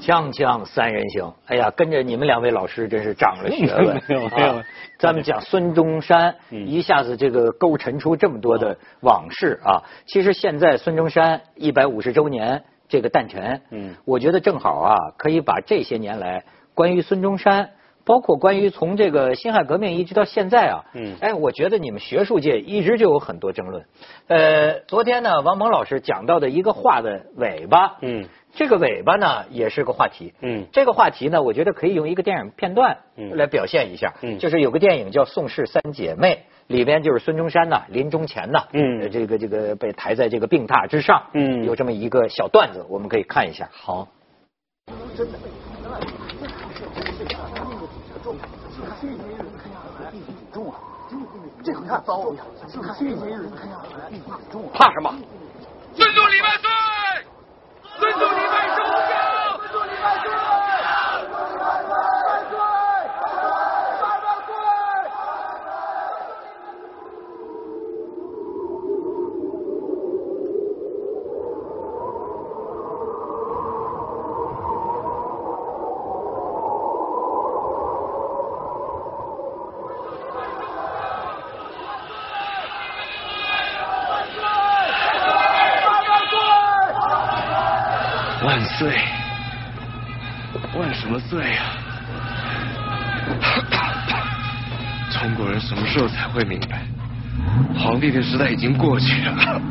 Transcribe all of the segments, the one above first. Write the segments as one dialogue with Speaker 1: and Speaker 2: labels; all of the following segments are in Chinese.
Speaker 1: 锵锵三人行，哎呀，跟着你们两位老师真是长了学问。
Speaker 2: 没有没有
Speaker 1: 啊咱们讲孙中山，
Speaker 2: 嗯
Speaker 1: 一下子这个勾陈出这么多的往事啊。其实现在孙中山一百五十周年这个诞辰，
Speaker 2: 嗯
Speaker 1: 我觉得正好啊，可以把这些年来关于孙中山。包括关于从这个辛亥革命一直到现在啊，
Speaker 2: 嗯
Speaker 1: 哎，我觉得你们学术界一直就有很多争论。呃，昨天呢，王蒙老师讲到的一个话的尾巴，
Speaker 2: 嗯
Speaker 1: 这个尾巴呢也是个话题。
Speaker 2: 嗯
Speaker 1: 这个话题呢，我觉得可以用一个电影片段
Speaker 2: 嗯
Speaker 1: 来表现一下，
Speaker 2: 嗯
Speaker 1: 就是有个电影叫《宋氏三姐妹》，里边就是孙中山呐、临终前呐、
Speaker 2: 嗯
Speaker 1: 呃这个这个被抬在这个病榻之上，
Speaker 2: 嗯
Speaker 1: 有这么一个小段子，我们可以看一下。好，
Speaker 2: 怕什么？
Speaker 3: 尊重礼拜岁，尊重礼拜寿高，尊重礼拜岁，万万岁，万万岁，
Speaker 4: 万岁！万什么岁呀、 中国人什么时候才会明白，皇帝的时代已经过去了？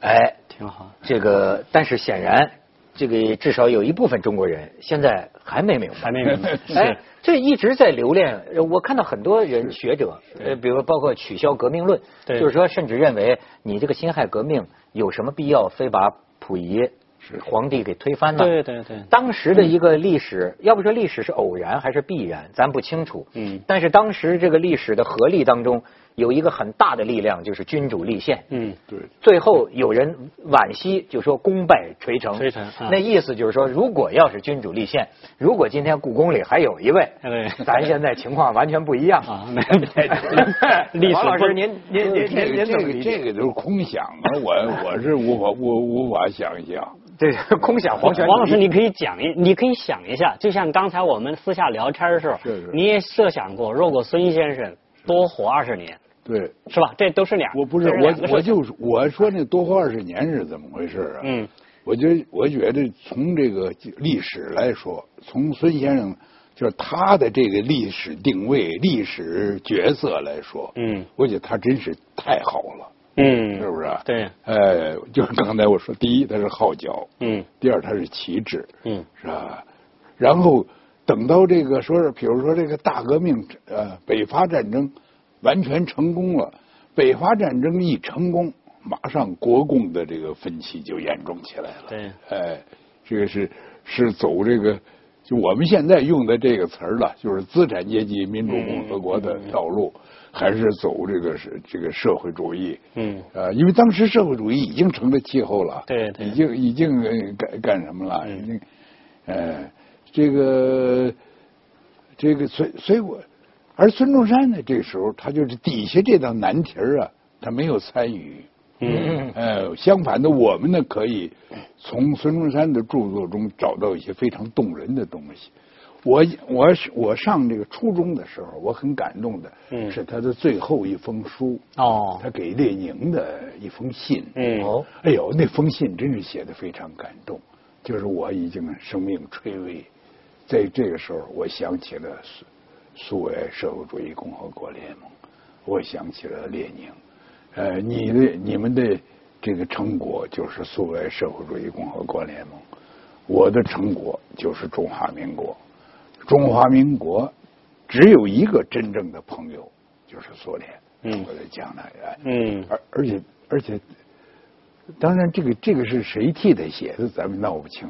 Speaker 1: 哎，
Speaker 2: 挺好。
Speaker 1: 这个但是显然，这个至少有一部分中国人现在还没明白，
Speaker 2: 还没明白 是
Speaker 1: 哎，这一直在留恋。呃我看到很多人学者，呃，比如包括取消革命论，
Speaker 2: 对
Speaker 1: 就是说甚至认为你这个辛亥革命有什么必要非把溥仪皇帝给推翻呢？
Speaker 2: 对对对
Speaker 1: 当时的一个历史，要不说历史是偶然还是必然，咱不清楚。
Speaker 2: 嗯
Speaker 1: 但是当时这个历史的合力当中，有一个很大的力量，就是君主立宪。
Speaker 2: 嗯，
Speaker 4: 对，
Speaker 1: 最后有人惋惜，就说功败垂成。
Speaker 2: 垂成啊
Speaker 1: 那意思就是说，如果要是君主立宪，如果今天故宫里还有一位，
Speaker 2: 哎对
Speaker 1: 咱现在情况完全不一样
Speaker 2: 啊没有没有历史
Speaker 1: 王老
Speaker 2: 不
Speaker 1: 师，您您您
Speaker 5: 这
Speaker 1: 您您
Speaker 5: 个
Speaker 1: 怎
Speaker 5: 这
Speaker 1: 么理
Speaker 5: 个
Speaker 1: 解？
Speaker 5: 这个都是空想啊，我我是无法我无法想象。
Speaker 1: 这是空想黄泉。
Speaker 2: 王老师，你可以讲一，你可以想一下，就像刚才我们私下聊天的时候
Speaker 5: 是是，
Speaker 2: 你也设想过，如果孙先生多活二十年，
Speaker 5: 对，
Speaker 2: 是吧？这都是两，
Speaker 5: 我不是
Speaker 2: 这
Speaker 1: 啊
Speaker 2: 两个
Speaker 5: 我
Speaker 2: 事
Speaker 5: 我就是我说那多活二十年是怎么回事啊？
Speaker 2: 嗯，
Speaker 5: 我觉得我觉得从这个历史来说，从孙先生就是他的这个历史定位、历史角色来说，
Speaker 2: 嗯
Speaker 5: 我觉得他真是太好了，
Speaker 2: 嗯，
Speaker 5: 是不是？
Speaker 2: 对，
Speaker 5: 哎，就是刚才我说，第一他是号角，
Speaker 2: 嗯
Speaker 5: 第二他是旗帜，
Speaker 2: 嗯
Speaker 5: 是吧？然后等到这个说是，比如说这个大革命，呃，北伐战争完全成功了，北伐战争一成功，马上国共的这个分歧就严重起来了。
Speaker 2: 对，
Speaker 5: 哎，这个是是走这个。就我们现在用的这个词儿了，就是资产阶级民
Speaker 2: 嗯
Speaker 5: 主共和国的道路，还是走这个是这个社会主义？
Speaker 2: 嗯
Speaker 5: 呃，因为当时社会主义已经成了气候了，
Speaker 2: 对对
Speaker 5: 已经已经呃干干什么了，
Speaker 2: 嗯
Speaker 5: 已经，呃，这个这个，所以所以我，而孙中山呢，这时候他就是底下这道难题儿啊，他没有参与，
Speaker 2: 嗯
Speaker 5: 呃，相反的，我们呢可以从孙中山的著作中找到一些非常动人的东西。我我是我上这个初中的时候，我很感动的
Speaker 2: 嗯
Speaker 5: 是他的最后一封书，
Speaker 2: 哦
Speaker 5: 他给列宁的一封信。
Speaker 2: 嗯
Speaker 1: 哦
Speaker 5: 哎呦，那封信真是写的非常感动，就是我已经生命垂危，在这个时候，我想起了苏苏维埃社会主义共和国联盟，我想起了列宁，呃，你的你们的这个成果就是苏维埃社会主义共和国联盟，我的成果就是中华民国，中华民国只有一个真正的朋友，就是苏联。
Speaker 2: 嗯
Speaker 5: 我在讲了，哎
Speaker 2: 嗯
Speaker 5: 而而且而且，当然这个这个是谁替他写的，咱们闹不清。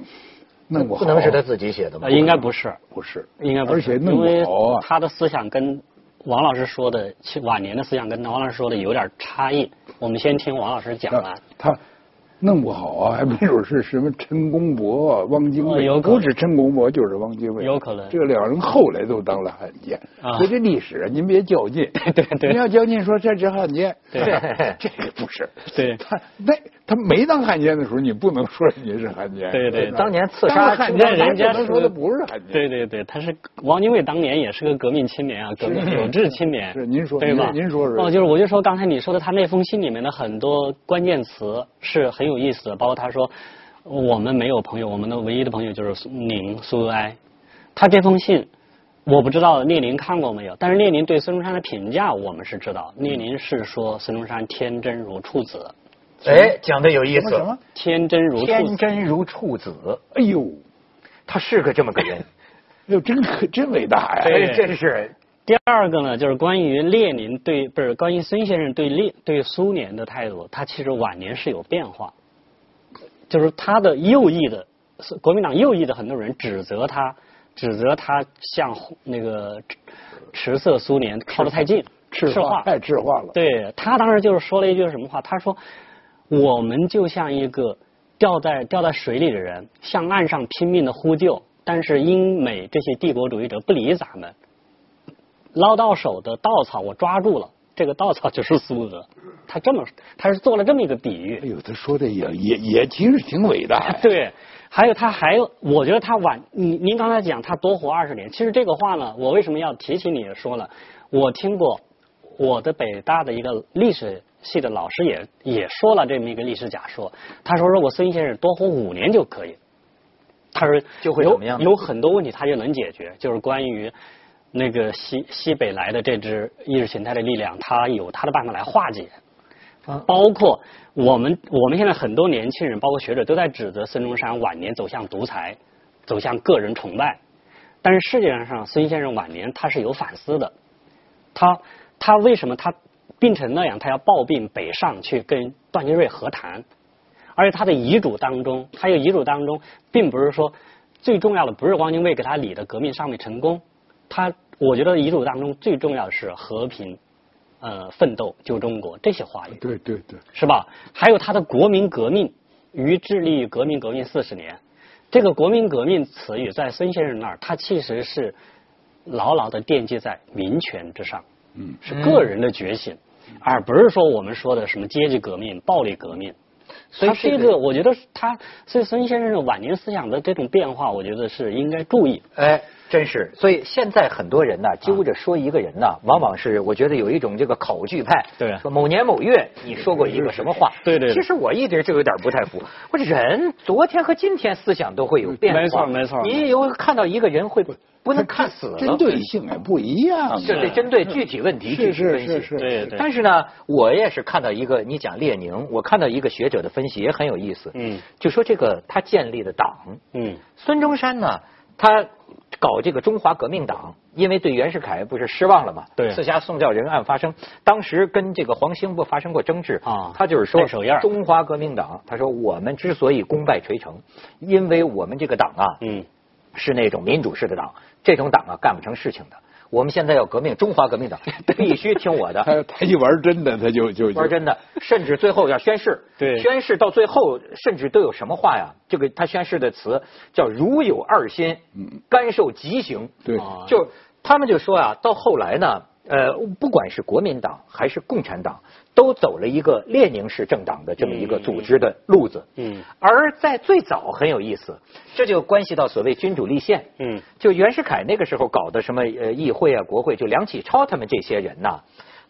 Speaker 5: 弄不好
Speaker 1: 不能是他自己写的吗
Speaker 2: 呃？应该不是，
Speaker 5: 不是，
Speaker 2: 应该不
Speaker 5: 而
Speaker 2: 是
Speaker 5: 且弄
Speaker 2: 因为
Speaker 5: 不好啊。
Speaker 2: 他的思想跟王老师说的，其晚年的思想跟王老师说的有点差异。我们先听王老师讲完。
Speaker 5: 他弄不好啊，还没准是什么陈公博啊、汪精
Speaker 2: 哦
Speaker 5: 卫，
Speaker 2: 有可能
Speaker 5: 不是陈公博就是汪精卫，
Speaker 2: 有可能
Speaker 5: 这两人后来都当了汉奸，
Speaker 2: 啊
Speaker 5: 所以这历史啊，您别较劲，对
Speaker 2: 对对
Speaker 5: 您要较劲说这是汉奸，
Speaker 2: 对
Speaker 5: 这这个不是，
Speaker 2: 对
Speaker 5: 他那他没当汉奸的时候，你不能说人家是汉奸。
Speaker 2: 对对
Speaker 5: 吧
Speaker 1: 当年刺杀
Speaker 5: 当汉
Speaker 2: 那
Speaker 5: 奸，
Speaker 2: 人家
Speaker 5: 咱可
Speaker 2: 是
Speaker 5: 能说的不是汉奸。
Speaker 2: 对对对，他是汪精卫当年也是个革命青年啊，革命有志青年。
Speaker 5: 是您说
Speaker 2: 对吧？
Speaker 5: 您您说是
Speaker 2: 哦，就是我就说刚才你说的，他那封信里面的很多关键词是很有意思的，包括他说我们没有朋友，我们的唯一的朋友就是苏宁苏维埃。他这封信我不知道列宁看过没有，但是列宁对孙中山的评价我们是知道，列宁是说孙中山天真如处子，
Speaker 1: 哎，讲的有意
Speaker 5: 什么什么？
Speaker 2: 天真如处
Speaker 1: 天
Speaker 2: 子。
Speaker 1: 真如处子，
Speaker 5: 哎呦，
Speaker 1: 他是个这么个人，
Speaker 5: 哎呦，真可真伟大呀！
Speaker 2: 对
Speaker 1: 哎真是
Speaker 2: 第二个呢，就是关于列宁对不是关于孙先生对列对苏联的态度，他其实晚年是有变化，就是他的右翼的国民党右翼的很多人指责他，指责他向那个迟涩苏联靠得太近，
Speaker 5: 赤化太赤化了。
Speaker 2: 对他当时就是说了一句什么话？他说：“我们就像一个掉在掉在水里的人，向岸上拼命的呼救，但是英美这些帝国主义者不理咱们，捞到手的稻草我抓住了，这个稻草就是苏俄。”他这么，他是做了这么一个比喻
Speaker 5: 哎。呦，他说的也也也其实挺伟大呀。
Speaker 2: 对，还有他还有，我觉得他晚，你您刚才讲他多活二十年，其实这个话呢，我为什么要提起你也说了，我听过我的北大的一个历史系的老师也也说了这么一个历史假说，他说如果孙先生多活五年就可以，他说
Speaker 1: 就会
Speaker 2: 有
Speaker 1: 怎么样呢
Speaker 2: 有很多问题他就能解决，就是关于。那个西西北来的这支意识形态的力量，他有他的办法来化解。
Speaker 1: 啊
Speaker 2: 包括我们我们现在很多年轻人，包括学者都在指责孙中山晚年走向独裁，走向个人崇拜。但是世界上，孙先生晚年他是有反思的，他他为什么他病成那样，他要抱病北上去跟段祺瑞和谈，而且他的遗嘱当中，他有遗嘱当中，并不是说最重要的不是汪精卫给他理的革命尚未成功，他我觉得遗嘱当中最重要的是和平。呃，奋斗救中国这些话语，
Speaker 5: 对对对，
Speaker 2: 是吧？还有他的国民革命与致力于革命革命四十年，这个国民革命词语在孙先生那儿，他其实是牢牢的奠基在民权之上，
Speaker 5: 嗯，
Speaker 2: 是个人的觉醒，
Speaker 1: 嗯
Speaker 2: 而不是说我们说的什么阶级革命、暴力革命。
Speaker 1: 所以
Speaker 2: 他是一
Speaker 1: 这个
Speaker 2: 个，我觉得他，所以孙先生的晚年思想的这种变化，我觉得是应该注意的。
Speaker 1: 哎，真是。所以现在很多人
Speaker 2: 啊
Speaker 1: 呐，揪着说一个人呐，往往是我觉得有一种这个考据派，
Speaker 2: 对
Speaker 1: 说某年某月你说过一个什么话，
Speaker 2: 对对对
Speaker 1: 其实我一直就有点不太服，我这人昨天和今天思想都会有变化，
Speaker 2: 没错没错
Speaker 1: 你有看到一个人会不能看死了，
Speaker 5: 针对性还不一样。啊
Speaker 1: 是对针对具体问题具
Speaker 5: 是
Speaker 1: 体分析。
Speaker 5: 是是是。
Speaker 2: 对对。
Speaker 1: 但是呢，我也是看到一个，你讲列宁，我看到一个学者的分析也很有意思。
Speaker 2: 嗯
Speaker 1: 就说这个他建立的党，
Speaker 2: 嗯，
Speaker 1: 孙中山呢，他搞这个中华革命党，因为对袁世凯不是失望了嘛，
Speaker 2: 对
Speaker 1: 刺杀宋教仁案发生，当时跟这个黄兴不发生过争执
Speaker 2: 啊
Speaker 1: 他就是说
Speaker 2: 戴手印儿
Speaker 1: 中华革命党，他说我们之所以功败垂成，因为我们这个党啊，
Speaker 2: 嗯，
Speaker 1: 是那种民主式的党，这种党啊干不成事情的。我们现在要革命，中华革命 党必须听我的，
Speaker 5: 他他一玩真的，他就就就
Speaker 1: 玩真的，甚至最后要宣誓。
Speaker 2: 对
Speaker 1: 宣誓到最后，甚至都有什么话呀？这个他宣誓的词叫“如有二心，甘受极刑”。
Speaker 5: 对
Speaker 2: 嗯啊
Speaker 1: 就他们就说啊，到后来呢，呃，不管是国民党还是共产党，都走了一个列宁式政党的这么一个组织的路子。
Speaker 2: 嗯，
Speaker 1: 而在最早很有意思，这就关系到所谓君主立宪。
Speaker 2: 嗯，
Speaker 1: 就袁世凯那个时候搞的什么呃议会啊、国会，就梁启超他们这些人呐、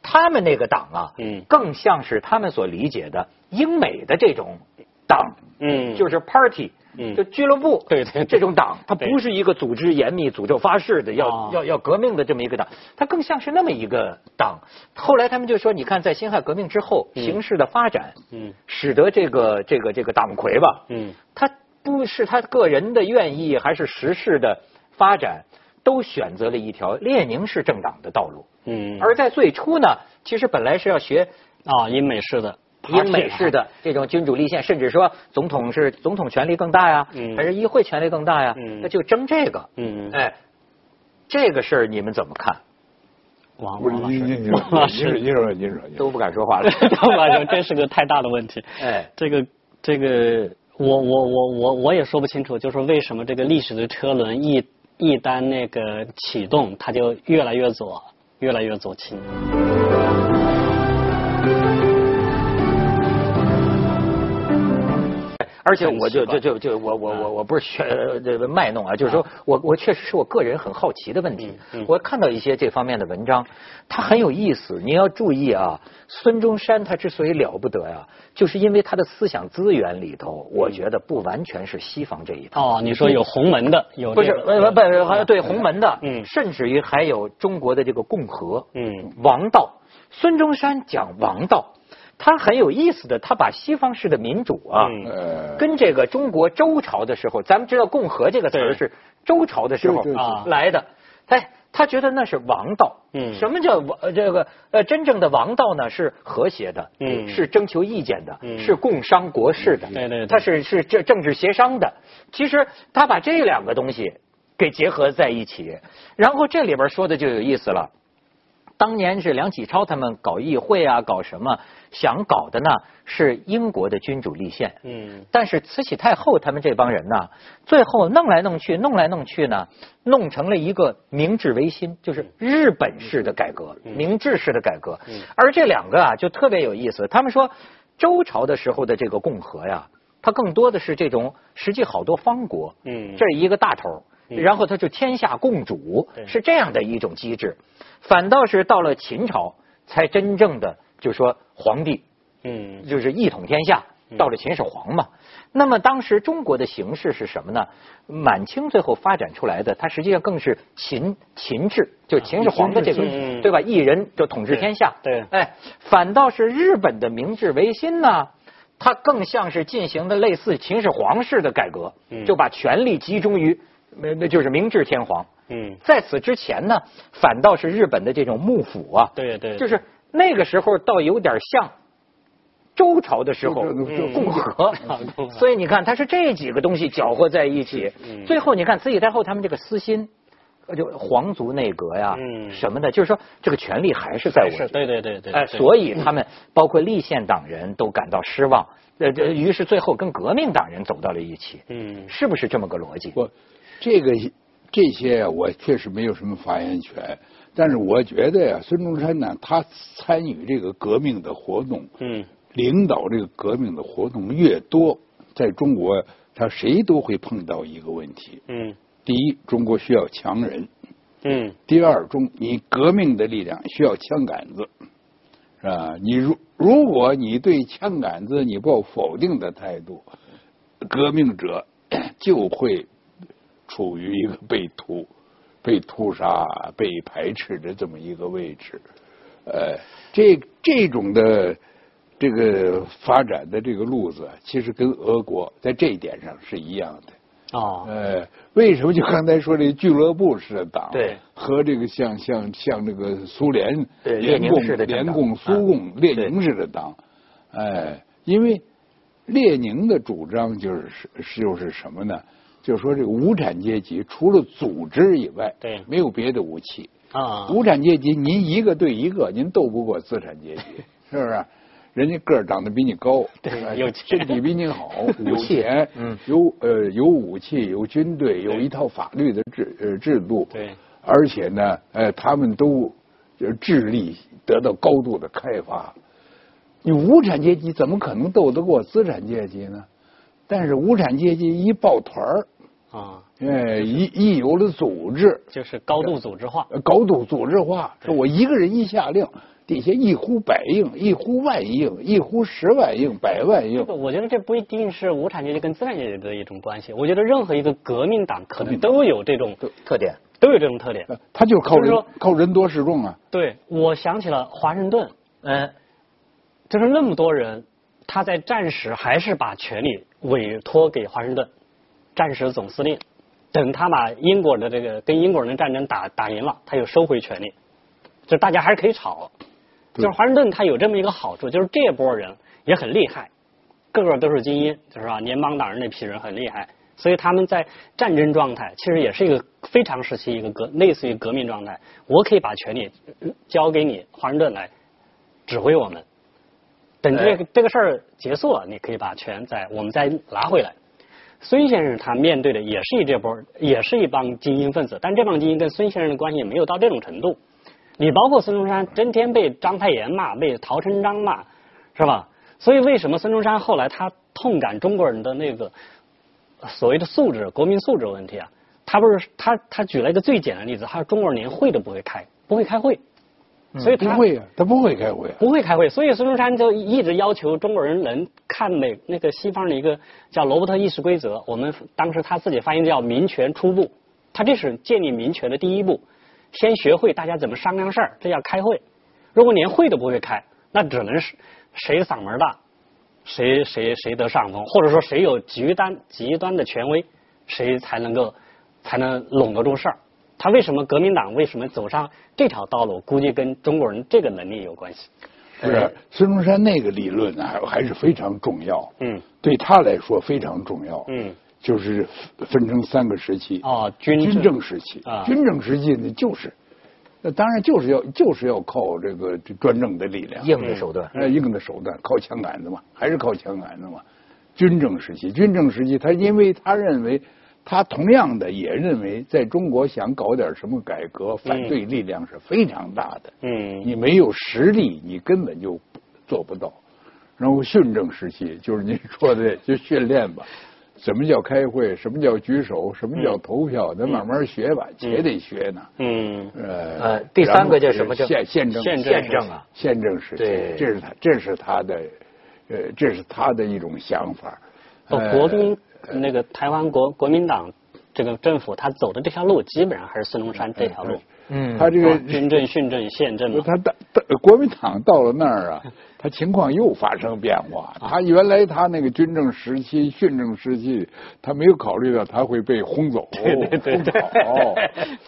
Speaker 1: 他们那个党啊，
Speaker 2: 嗯
Speaker 1: 更像是他们所理解的英美的这种党，
Speaker 2: 嗯
Speaker 1: 就是 party，
Speaker 2: 嗯
Speaker 1: 就俱乐部，
Speaker 2: 对对对
Speaker 1: 这种党，它
Speaker 2: 对
Speaker 1: 不是一个组织严密、诅咒发誓的，要、
Speaker 2: 啊
Speaker 1: 要要革命的这么一个党，它更像是那么一个党。后来他们就说，你看，在辛亥革命之后，形势的发展，
Speaker 2: 嗯，
Speaker 1: 使得这个这个这个党魁吧，
Speaker 2: 嗯，
Speaker 1: 他不是他个人的愿意，还是时势的发展，都选择了一条列宁式政党的道路。
Speaker 2: 嗯，
Speaker 1: 而在最初呢，其实本来是要学
Speaker 2: 啊，英美式的，
Speaker 1: 英美式的这种君主立宪，甚至说总统是总统权力更大呀，
Speaker 2: 嗯
Speaker 1: 还是议会权力更大呀？
Speaker 2: 嗯
Speaker 1: 那就争这个。
Speaker 2: 嗯
Speaker 1: 哎，这个事儿你们怎么看？
Speaker 2: 王
Speaker 5: 不是
Speaker 2: 王老
Speaker 5: 你你
Speaker 2: 师，
Speaker 5: 你
Speaker 2: 王老师
Speaker 5: 你你说你说你说，
Speaker 1: 都不敢说话了。
Speaker 2: 要不然真是个太大的问题。
Speaker 1: 哎
Speaker 2: 这个这个，我我我我我也说不清楚，就是为什么这个历史的车轮一一旦那个启动，它就越来越左，越来越左倾。
Speaker 1: 而且我就
Speaker 2: 很奇
Speaker 1: 就
Speaker 2: 怪
Speaker 1: 就就我我我我不是学呃这个卖弄啊，就是说我我确实是我个人很好奇的问题
Speaker 2: 嗯嗯。
Speaker 1: 我看到一些这方面的文章，它很有意思。您要注意啊，孙中山他之所以了不得呀、就是因为他的思想资源里头，我
Speaker 2: 嗯
Speaker 1: 觉得不完全是西方这一套。
Speaker 2: 哦，你说有洪门的，有
Speaker 1: 不
Speaker 2: 这
Speaker 1: 是，
Speaker 2: 个
Speaker 1: 呃不不，还有对洪门的，
Speaker 2: 嗯
Speaker 1: 甚至于还有中国的这个共和，
Speaker 2: 嗯
Speaker 1: 王道。孙中山讲王道，他很有意思的，他把西方式的民主啊，
Speaker 2: 嗯
Speaker 5: 呃，
Speaker 1: 跟这个中国周朝的时候，咱们知道“共和”这个词儿
Speaker 2: 对
Speaker 1: 是周朝的时候
Speaker 5: 对对
Speaker 2: 对啊
Speaker 1: 来的。哎，他觉得那是王道。
Speaker 2: 嗯
Speaker 1: 什么叫王？呃这个呃，真正的王道呢是和谐的，
Speaker 2: 嗯
Speaker 1: 是征求意见的，
Speaker 2: 嗯
Speaker 1: 是共商国事的，
Speaker 2: 对对对
Speaker 1: 他是是政政治协商的。其实他把这两个东西给结合在一起，然后这里边说的就有意思了。当年是梁启超他们搞议会啊，搞什么想搞的呢？是英国的君主立宪。
Speaker 2: 嗯
Speaker 1: 但是慈禧太后他们这帮人呢，最后弄来弄去，弄来弄去呢，弄成了一个明治维新，就是日本式的改革，
Speaker 2: 嗯
Speaker 1: 明治式的改革。而这两个啊，就特别有意思。他们说，周朝的时候的这个共和呀，它更多的是这种，实际好多方国，
Speaker 2: 嗯
Speaker 1: 这是一个大头儿。
Speaker 2: 嗯
Speaker 1: 然后他就天下共主，
Speaker 2: 对
Speaker 1: 是这样的一种机制。反倒是到了秦朝，才真正的就说皇帝
Speaker 2: 嗯
Speaker 1: 就是一统天下，到了秦始皇嘛。那么当时中国的形势是什么呢？满清最后发展出来的，它实际上更是秦秦制，就是秦始皇的这个，
Speaker 2: 啊嗯
Speaker 1: 对吧？一人就统治天下。
Speaker 2: 对对
Speaker 1: 哎，反倒是日本的明治维新呢，它更像是进行的类似秦始皇式的改革，
Speaker 2: 嗯
Speaker 1: 就把权力集中于，呃那那就是明治天皇。
Speaker 2: 嗯，
Speaker 1: 在此之前呢，反倒是日本的这种幕府啊，
Speaker 2: 对对，
Speaker 1: 就是那个时候倒有点像周朝的时候嗯
Speaker 5: 就就
Speaker 1: 共和
Speaker 2: 啊共，和
Speaker 1: 所以你看它是这几个东西搅和在一起。最后你看慈禧太后他们这个私心，呃就皇族内阁呀
Speaker 2: 嗯
Speaker 1: 什么的，就是说这个权力还是在我
Speaker 2: 是，对对对对，
Speaker 1: 哎，
Speaker 2: 对
Speaker 1: 所以他们包括立宪党人都感到失望，呃，这于是最后跟革命党人走到了一起，
Speaker 2: 嗯
Speaker 1: 是不是这么个逻辑？
Speaker 5: 我这个这些啊我确实没有什么发言权，但是我觉得呀、孙中山呢，他参与这个革命的活动，
Speaker 2: 嗯
Speaker 5: 领导这个革命的活动越多，在中国他谁都会碰到一个问题：
Speaker 2: 嗯
Speaker 5: 第一，中国需要强人；
Speaker 2: 嗯
Speaker 5: 第二，中你革命的力量需要枪杆子，是吧？你如如果你对枪杆子你抱否定的态度，革命者就会处于一个被屠、被屠杀、被排斥的这么一个位置。呃，这这种的这个发展的这个路子啊，其实跟俄国在这一点上是一样的。
Speaker 1: 啊
Speaker 2: 哦
Speaker 5: 呃，为什么就刚才说这俱乐部式的党，
Speaker 1: 对，
Speaker 5: 和这个像像像这个苏联
Speaker 1: 对
Speaker 5: 联
Speaker 1: 列
Speaker 5: 共
Speaker 1: 宁式的政
Speaker 5: 联
Speaker 1: 党啊
Speaker 5: 共苏共列
Speaker 1: 对
Speaker 5: 宁式的党，哎，因为列宁的主张就是是就是什么呢？就是说这个无产阶级除了组织以外，
Speaker 2: 对
Speaker 5: 没有别的武器。
Speaker 2: 啊
Speaker 5: 无产阶级，您一个对一个，您斗不过资产阶级，是不是？人家个儿长得比你高，
Speaker 2: 对
Speaker 5: 是吧
Speaker 2: 有钱
Speaker 5: 身体比 你好，有
Speaker 1: 器
Speaker 5: 钱，
Speaker 1: 嗯
Speaker 5: 有呃有武器，有军队，有
Speaker 2: 对
Speaker 5: 一套法律的制呃制度，
Speaker 2: 对，
Speaker 5: 而且呢，呃，他们都呃智力得到高度的开发。你无产阶级怎么可能斗得过资产阶级呢？但是无产阶级一抱团儿，
Speaker 2: 啊，
Speaker 5: 呃，一一有了组织，
Speaker 2: 就是高度组织化，
Speaker 5: 呃高度组织化，说我一个人一下令，底下一呼百应，一呼万应，一呼十万应，百万应
Speaker 2: 这个。我觉得这不一定是无产阶级跟资产阶级的一种关系，我觉得任何一个革命党可能都有这种
Speaker 1: 特点
Speaker 2: 都有这种特点。
Speaker 5: 呃他就是靠
Speaker 2: 就是
Speaker 5: 人
Speaker 2: 说
Speaker 5: 靠人多势众啊，
Speaker 2: 对，我想起了华盛顿，嗯，就是那么多人，他在战时还是把权力委托给华盛顿，战时总司令。等他把英国的这个跟英国人的战争打打赢了，他又收回权力，就是大家还是可以吵。就是华盛顿他有这么一个好处，就是这波人也很厉害，个个都是精英，就是吧？联邦党人那批人很厉害，所以他们在战争状态其实也是一个非常时期一个革，类似于革命状态。我可以把权力呃交给你，华盛顿来指挥我们。等这个、这个事儿结束了，你可以把权再我们再拿回来。孙先生他面对的也是一这波，也是一帮精英分子，但这帮精英跟孙先生的关系也没有到这种程度。你包括孙中山，天天被章太炎骂，被陶成章骂，是吧？所以为什么孙中山后来他痛感中国人的那个所谓的素质、国民素质问题啊？他不是他他举了一个最简单的例子，他说中国人连会都不会开，不会开会，所以
Speaker 5: 不
Speaker 2: 他
Speaker 5: 会啊，他不会开会啊。
Speaker 2: 不会开会，所以孙中山就一直要求中国人能看美那个西方的一个叫罗伯特议事规则，我们当时他自己翻译叫民权初步，他这是建立民权的第一步，先学会大家怎么商量事儿，这叫开会。如果连会都不会开，那只能是谁嗓门大，谁谁谁得上风，或者说谁有极端极端的权威，谁才能够才能拢得住事儿。他为什么革命党为什么走上这条道路？估计跟中国人这个能力有关系。
Speaker 5: 不是孙中山那个理论呢，还还是非常重要。
Speaker 2: 嗯，
Speaker 5: 对他来说非常重要。
Speaker 2: 嗯，
Speaker 5: 就是分成三个时期。
Speaker 2: 哦军
Speaker 5: 军
Speaker 2: 政
Speaker 5: 政时期
Speaker 2: 啊
Speaker 5: 军政时期呢，就是那当然就是要就是要靠这个专政的力量，
Speaker 1: 硬的手段。
Speaker 5: 呃，硬的手段，靠枪杆子嘛，还是靠枪杆子嘛。军政时期，军政时期，他因为他认为，他同样的也认为，在中国想搞点什么改革，反对力量是非常大的。
Speaker 2: 嗯
Speaker 5: 你没有实力，你根本就做不到。然后训政时期，就是您说的，就训练吧。什么叫开会？什么叫举手？什么叫投票？咱慢慢学吧，且得学呢。
Speaker 2: 嗯
Speaker 5: 呃
Speaker 1: 呃第三个就是什么叫
Speaker 5: 县县政
Speaker 2: 宪
Speaker 1: 宪政啊，
Speaker 5: 宪政时期
Speaker 1: 对，
Speaker 5: 这是他这是他的，呃，这是他的一种想法。
Speaker 2: 哦
Speaker 5: 呃，
Speaker 2: 国民那个台湾国国民党这个政府，他走的这条路基本上还是孙中山这条路，
Speaker 1: 嗯，
Speaker 5: 他这
Speaker 2: 这
Speaker 5: 个
Speaker 2: 呃啊军政、训政、宪政嘛。
Speaker 5: 他到到国民党到了那儿啊，他情况又发生变化。
Speaker 1: 啊
Speaker 5: 他原来他那个军政时期、训政时期，他没有考虑到他会被轰走，对对对跑，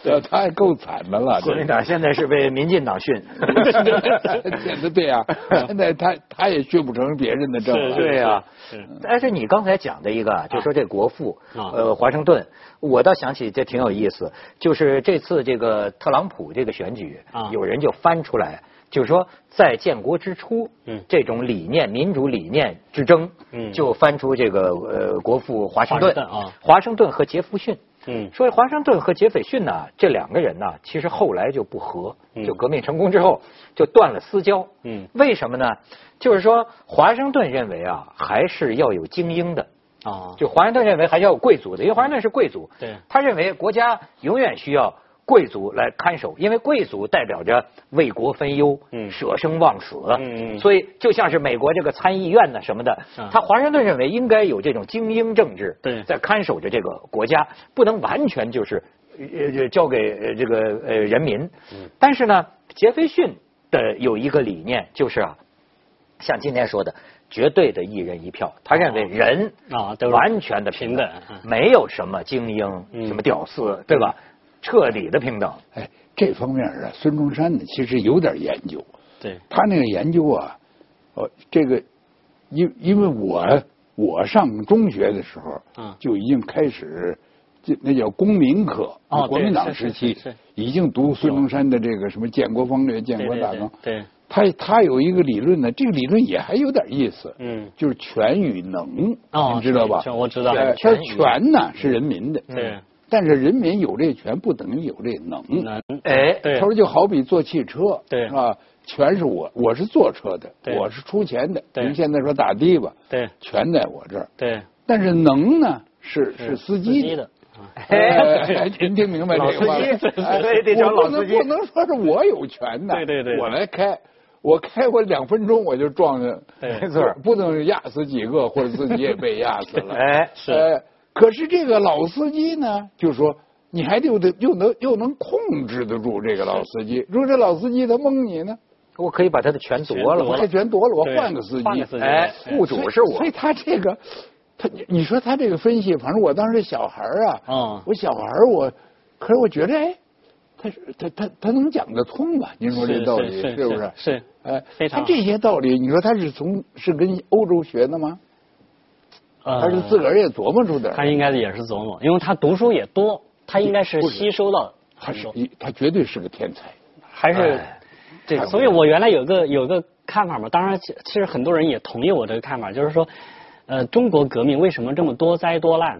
Speaker 5: 呃他还够惨的了。
Speaker 1: 国民党现在是被民进党训。
Speaker 5: 简直对啊！现在他他也训不成别人的啊政
Speaker 2: 是
Speaker 5: 了。
Speaker 1: 对呀、
Speaker 2: 是
Speaker 1: 但是你刚才讲的一个啊，就说这国父，
Speaker 2: 啊
Speaker 1: 呃，华盛顿，我倒想起这挺有意思，就是这次这个特朗普这个选举，
Speaker 2: 啊
Speaker 1: 有人就翻出来，就是说在建国之初，
Speaker 2: 嗯
Speaker 1: 这种理念、民主理念之争，
Speaker 2: 嗯
Speaker 1: 就翻出这个呃国父华盛
Speaker 2: 华
Speaker 1: 顿
Speaker 2: 盛顿啊
Speaker 1: 华盛顿和杰弗逊，
Speaker 2: 嗯
Speaker 1: 说华盛顿和杰斐逊呢、这两个人呢、其实后来就不和，就革命成功之后就断了私交。
Speaker 2: 嗯
Speaker 1: 为什么呢？就是说华盛顿认为啊，还是要有精英的，
Speaker 2: 啊，
Speaker 1: 就华盛顿认为还是要有贵族的，因为华盛顿是贵族，
Speaker 2: 嗯对
Speaker 1: 他认为国家永远需要贵族来看守，因为贵族代表着为国分忧、
Speaker 2: 嗯
Speaker 1: 舍生忘死，
Speaker 2: 嗯嗯
Speaker 1: 所以就像是美国这个参议院呢什么的
Speaker 2: 啊，
Speaker 1: 他华盛顿认为应该有这种精英政治，
Speaker 2: 对
Speaker 1: 在看守着这个国家，不能完全就是呃呃交给呃这个呃人民，
Speaker 2: 嗯
Speaker 1: 但是呢，杰斐逊的有一个理念就是啊，像今天说的。绝对的一人一票，他认为人
Speaker 2: 啊都是
Speaker 1: 完全的平
Speaker 2: 平
Speaker 1: 等
Speaker 2: 等嗯，
Speaker 1: 没有什么精英、
Speaker 2: 嗯
Speaker 1: 什么屌丝，对吧？彻底的平等。
Speaker 5: 哎，这方面啊，孙中山呢其实有点研究。
Speaker 2: 对，
Speaker 5: 他那个研究啊，哦，这个，因因为我我上中学的时候，
Speaker 2: 嗯
Speaker 5: 就已经开始，这那叫公民课，
Speaker 2: 哦
Speaker 5: 国
Speaker 2: 对
Speaker 5: 民
Speaker 2: 是是
Speaker 5: 党时
Speaker 2: 是
Speaker 5: 期
Speaker 2: 是
Speaker 5: 已经读孙中山的这个什么建国方略、建
Speaker 2: 对
Speaker 5: 国
Speaker 2: 对
Speaker 5: 大纲
Speaker 2: 对，，对，
Speaker 5: 他他有一个理论呢，这个理论也还有点意思，
Speaker 2: 嗯
Speaker 5: 就是权与能，
Speaker 2: 哦
Speaker 5: 你知道吧
Speaker 2: 是？我知道
Speaker 5: 哎
Speaker 2: 权嗯
Speaker 5: 他权呢是人民的，
Speaker 2: 对，
Speaker 5: 但是人民有这权不等于有这能，
Speaker 2: 能，
Speaker 1: 哎，
Speaker 2: 嗯对
Speaker 5: 他说就好比坐汽车，
Speaker 2: 对
Speaker 5: 啊，全是我，我是坐车的，
Speaker 2: 对
Speaker 5: 我是出钱的。
Speaker 2: 对
Speaker 5: 您现在说打的吧，
Speaker 2: 对
Speaker 5: 全在我这儿。
Speaker 2: 对，
Speaker 5: 但是能呢，是是司机的。
Speaker 2: 的，啊
Speaker 5: 哎，您听明白
Speaker 1: 老
Speaker 5: 这个话
Speaker 1: 司机
Speaker 5: 哎
Speaker 1: 所以得找
Speaker 5: 我
Speaker 1: 老
Speaker 5: 不
Speaker 1: 司
Speaker 5: 能
Speaker 1: 机
Speaker 5: 不能说是我有权呐，
Speaker 2: 对对对
Speaker 5: 我来开，我开我两分钟我就撞见，
Speaker 2: 对
Speaker 1: 没错儿
Speaker 5: 不能压死几个，或者自己也被压死了。
Speaker 1: 哎，
Speaker 2: 是
Speaker 5: 呃，可是这个老司机呢，就说你还得又得又能又能控制得住这个老司机。如果这老司机他蒙你呢，
Speaker 1: 我可以把他的权夺
Speaker 2: 夺
Speaker 5: 我
Speaker 1: 了
Speaker 2: 了。
Speaker 5: 这全夺了，我
Speaker 2: 对
Speaker 5: 换个司机。
Speaker 2: 换个司机
Speaker 1: 哎，
Speaker 2: 哎
Speaker 1: 雇主是我
Speaker 5: 所以。他这个，他你你说他这个分析，反正我当时小孩儿啊，
Speaker 2: 嗯
Speaker 5: 我小孩儿我，可是我觉得哎，他是他他他能讲得通吧？您说这
Speaker 2: 是
Speaker 5: 道
Speaker 2: 是
Speaker 5: 理
Speaker 2: 是
Speaker 5: 不
Speaker 2: 是呃
Speaker 5: 是？
Speaker 2: 是
Speaker 5: 哎，
Speaker 2: 非常
Speaker 5: 他这些道理，你说他是从是跟欧洲学的吗？还
Speaker 2: 呃
Speaker 5: 是自个儿也琢磨出点儿来？
Speaker 2: 他应该也是琢磨，因为他读书也多，他应该是
Speaker 5: 不是
Speaker 2: 吸收到
Speaker 5: 他
Speaker 2: 很
Speaker 5: 是
Speaker 2: 多，
Speaker 5: 一他绝对是个天才。
Speaker 2: 还是
Speaker 1: 哎这种
Speaker 2: 所以我原来有个有个看法嘛，当然其其实很多人也同意我这个看法，就是说，呃，中国革命为什么这么多灾多难？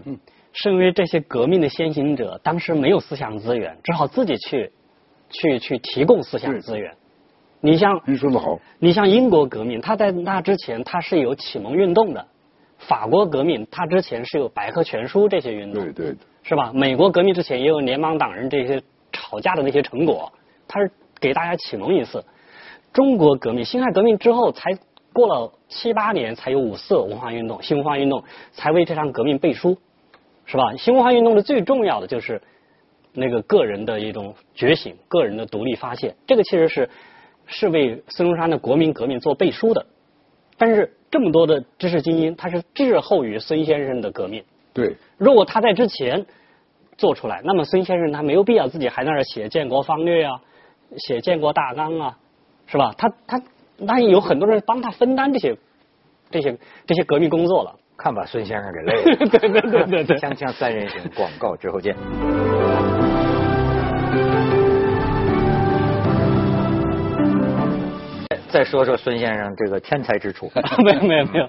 Speaker 2: 是因为这些革命的先行者当时没有思想资源，只好自己去去去提供思想资源。你像
Speaker 5: 您说的好，
Speaker 2: 你像英国革命，它在那之前它是有启蒙运动的；法国革命它之前是有百科全书这些运动，
Speaker 5: 对对对，
Speaker 2: 是吧？美国革命之前也有联邦党人这些吵架的那些成果，它是给大家启蒙一次。中国革命、辛亥革命之后，才过了七八年，才有五四文化运动、新文化运动，才为这场革命背书，是吧？新文化运动的最重要的就是那个个人的一种觉醒、个人的独立发泄，这个其实是是为孙中山的国民革命做背书的。但是这么多的知识精英，他是滞后于孙先生的革命。
Speaker 5: 对，
Speaker 2: 如果他在之前做出来，那么孙先生他没有必要自己还在那儿写建国方略啊，写建国大纲啊，是吧？他他那有很多人帮他分担这些这些这些革命工作了。
Speaker 1: 看把孙先生给累了。
Speaker 2: 对对对对对
Speaker 1: 锵锵三人行，广告之后见。再说说孙先生这个天才之处，
Speaker 2: 没有没有没有，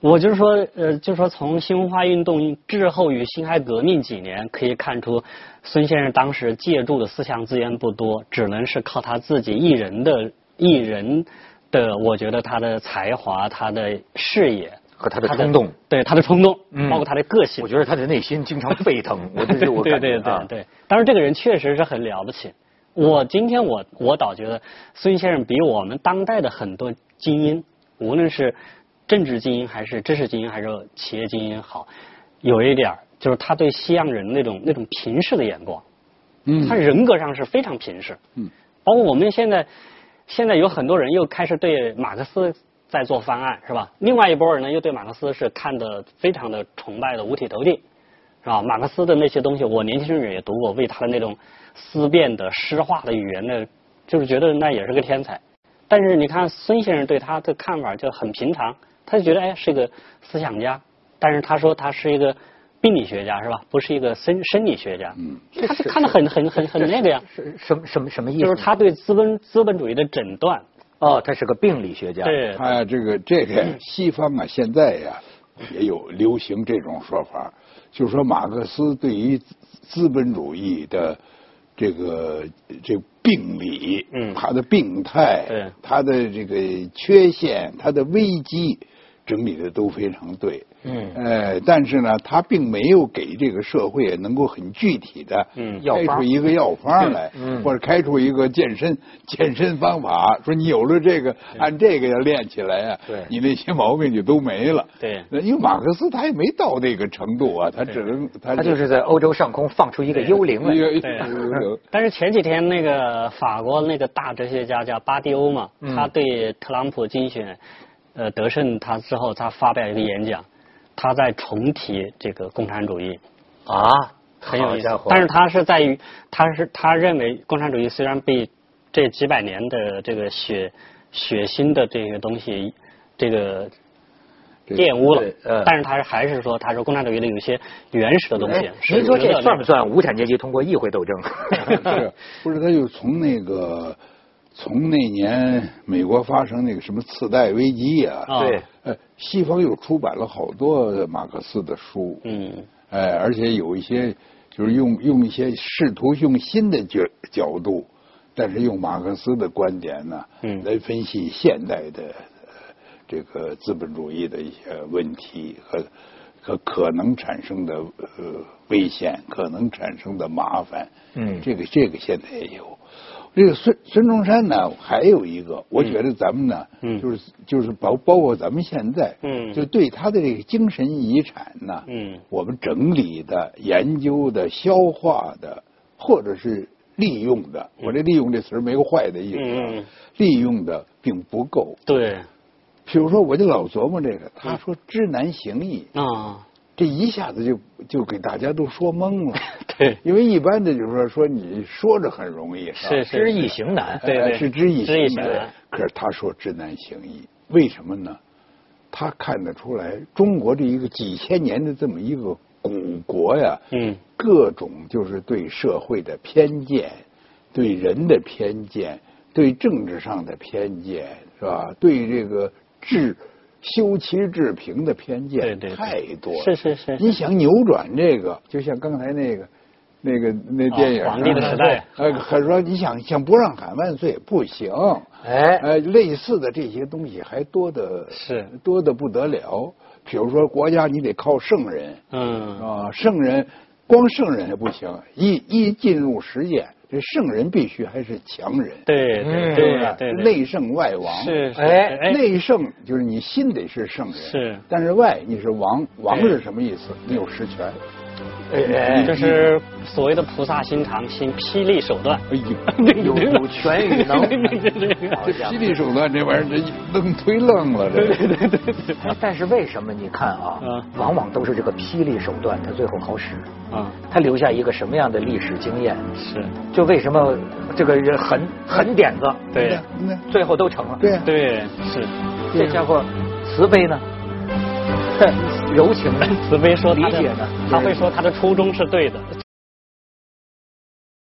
Speaker 2: 我就是说呃，就是说从新文化运动滞后于辛亥革命几年，可以看出孙先生当时借助的思想资源不多，只能是靠他自己一人的一人的，我觉得他的才华、他的视野
Speaker 1: 和他的冲动，
Speaker 2: 对 他的冲动，
Speaker 1: 嗯
Speaker 2: 包括他的个性
Speaker 1: 我。觉得他的内心经常沸腾，我这是我
Speaker 2: 对
Speaker 1: 感
Speaker 2: 对
Speaker 1: 觉
Speaker 2: 对
Speaker 1: 啊。
Speaker 2: 对，当然这个人确实是很了不起。我今天我我倒觉得孙先生比我们当代的很多精英，无论是政治精英还是知识精英还是企业精英好，有一点儿就是他对西洋人那种那种平视的眼光，
Speaker 5: 嗯
Speaker 2: 他人格上是非常平视。
Speaker 5: 嗯，
Speaker 2: 包括我们现在，现在有很多人又开始对马克思在做翻案，是吧？另外一拨人呢，又对马克思是看得非常的崇拜的五体投地，是吧？马克思的那些东西，我年轻时候也读过，为他的那种思辨的诗化的语言呢，就是觉得那也是个天才。但是你看孙先生对他的看法就很平常，他就觉得哎是个思想家，但是他说他是一个病理学家是吧？不是一个生生理学家，
Speaker 5: 嗯
Speaker 2: 他就看得很很很很那个呀。
Speaker 1: 是什么什么什么意思
Speaker 2: 就
Speaker 1: 呢？
Speaker 2: 是他对资本资本主义的诊断，啊
Speaker 1: 哦，他是个病理学家。，
Speaker 2: 对
Speaker 5: 他这个这个西方啊，现在呀、也有流行这种说法，就是说马克思对于资资本主义的这个这个病理，
Speaker 2: 嗯
Speaker 5: 他的病态，
Speaker 2: 对
Speaker 5: 他的这个缺陷，他的危机。整理的都非常对，
Speaker 1: 嗯
Speaker 5: 呃，但是呢，他并没有给这个社会能够很具体的
Speaker 2: 嗯
Speaker 1: 药
Speaker 5: 开
Speaker 1: 方
Speaker 5: 出一个药方来，
Speaker 1: 嗯
Speaker 5: 或者开出一个健身健身方法，说你有了这个，按这个要练起来啊，
Speaker 1: 对
Speaker 5: 你那些毛病就都没了。
Speaker 2: 对
Speaker 5: 那因为马克思他也没到那个程度啊，他只能他
Speaker 1: 他就是在欧洲上空放出一个幽灵来。
Speaker 5: 一个一
Speaker 2: 对
Speaker 5: 个
Speaker 2: 但是前几天那个法国那个大哲学家叫巴蒂欧嘛，
Speaker 1: 嗯
Speaker 2: 他对特朗普竞选呃得胜他之后，他发表一个演讲，他在重提这个共产主义，
Speaker 1: 啊，
Speaker 2: 很有意思
Speaker 1: 好家伙。
Speaker 2: 但是他是在于，他是他认为共产主义虽然被这几百年的这个血血腥的这个东西，这个
Speaker 5: 对
Speaker 2: 玷污了
Speaker 1: 对，呃
Speaker 2: 但是他还是说，他说共产主义的有些原始的东西
Speaker 1: 哎，
Speaker 2: 是
Speaker 1: 您说
Speaker 2: 值
Speaker 1: 这
Speaker 2: 得那
Speaker 1: 算
Speaker 2: 个
Speaker 1: 不算无产阶级通过议会斗争？
Speaker 5: 是，啊不是他就从那个从那年美国发生那个什么次贷危机呀、
Speaker 2: 啊
Speaker 1: 对，
Speaker 5: 呃，西方又出版了好多马克思的书，
Speaker 2: 嗯。
Speaker 5: 哎，而且有一些就是用用一些试图用新的角角度，但是用马克思的观点呢，
Speaker 2: 嗯
Speaker 5: 来分析现代的、呃这个资本主义的一些问题和和可能产生的呃危险，可能产生的麻烦，
Speaker 1: 嗯
Speaker 5: 这个这个现在也有。这个孙孙中山呢，还有一个，我觉得咱们呢，
Speaker 2: 嗯
Speaker 5: 就是就是包包括咱们现在，
Speaker 2: 嗯
Speaker 5: 就对他的这个精神遗产呢，
Speaker 2: 嗯
Speaker 5: 我们整理的、研究的、消化的，或者是利用的，我这利用这词儿没有坏的意思啊，
Speaker 2: 嗯嗯嗯
Speaker 5: 利用的并不够。
Speaker 2: 对
Speaker 5: 比如说，我就老琢磨这个，他说知难行易，
Speaker 2: 啊，
Speaker 5: 这一下子就就给大家都说懵了，
Speaker 2: 对，
Speaker 5: 因为一般的就是说说你说着很容易，吧
Speaker 2: 是
Speaker 1: 知易行难。
Speaker 2: 对
Speaker 5: 哎
Speaker 2: 对
Speaker 5: 是知易
Speaker 2: 呃知易
Speaker 5: 行
Speaker 2: 行难
Speaker 5: 难。可是他说知难行易，为什么呢？他看得出来，中国这一个几千年的这么一个古国呀，
Speaker 2: 嗯
Speaker 5: 各种就是对社会的偏见，对人的偏见，对政治上的偏见，是吧？对这个治修齐治平的偏见
Speaker 2: 对对对
Speaker 5: 太多了。
Speaker 2: 是是是是
Speaker 5: 你想扭转这个，就像刚才那个。那个那电影
Speaker 2: 啊皇帝的时代
Speaker 5: 呃，还说你想想不让喊万岁不行，
Speaker 1: 哎
Speaker 5: 呃，类似的这些东西还多的
Speaker 2: 是
Speaker 5: 多的不得了。比如说国家你得靠圣人，
Speaker 2: 嗯，
Speaker 5: 啊，圣人光圣人还不行，一一进入实践，这圣人必须还是强人，
Speaker 2: 对
Speaker 1: 嗯
Speaker 2: 对
Speaker 5: 是吧
Speaker 2: 对对，
Speaker 5: 内圣外王。
Speaker 2: 是是
Speaker 1: 哎
Speaker 5: 内圣就是你心得是圣人，
Speaker 2: 是
Speaker 5: 但是外你是王，王
Speaker 2: 哎
Speaker 5: 是什么意思？你有实权。
Speaker 1: 哎
Speaker 2: 这嗯是所谓的菩萨心肠心，霹雳手段。
Speaker 5: 哎 呦，
Speaker 1: 有有权与能。
Speaker 5: 这 霹雳手段这玩意儿，这一愣推愣了，这
Speaker 1: 哎但是为什么你看啊
Speaker 2: 嗯，
Speaker 1: 往往都是这个霹雳手段，它最后好使，
Speaker 2: 啊，
Speaker 1: 它留下一个什么样的历史经验？
Speaker 2: 是
Speaker 1: 就为什么这个人狠狠点子，
Speaker 2: 对
Speaker 5: 那
Speaker 1: 最后都成了？
Speaker 5: 对呀，
Speaker 2: 对是。
Speaker 1: 这家伙慈悲呢， 哼柔情呢，
Speaker 2: 慈悲说他的
Speaker 1: 理解呢，
Speaker 2: 他会说他的初衷是对的，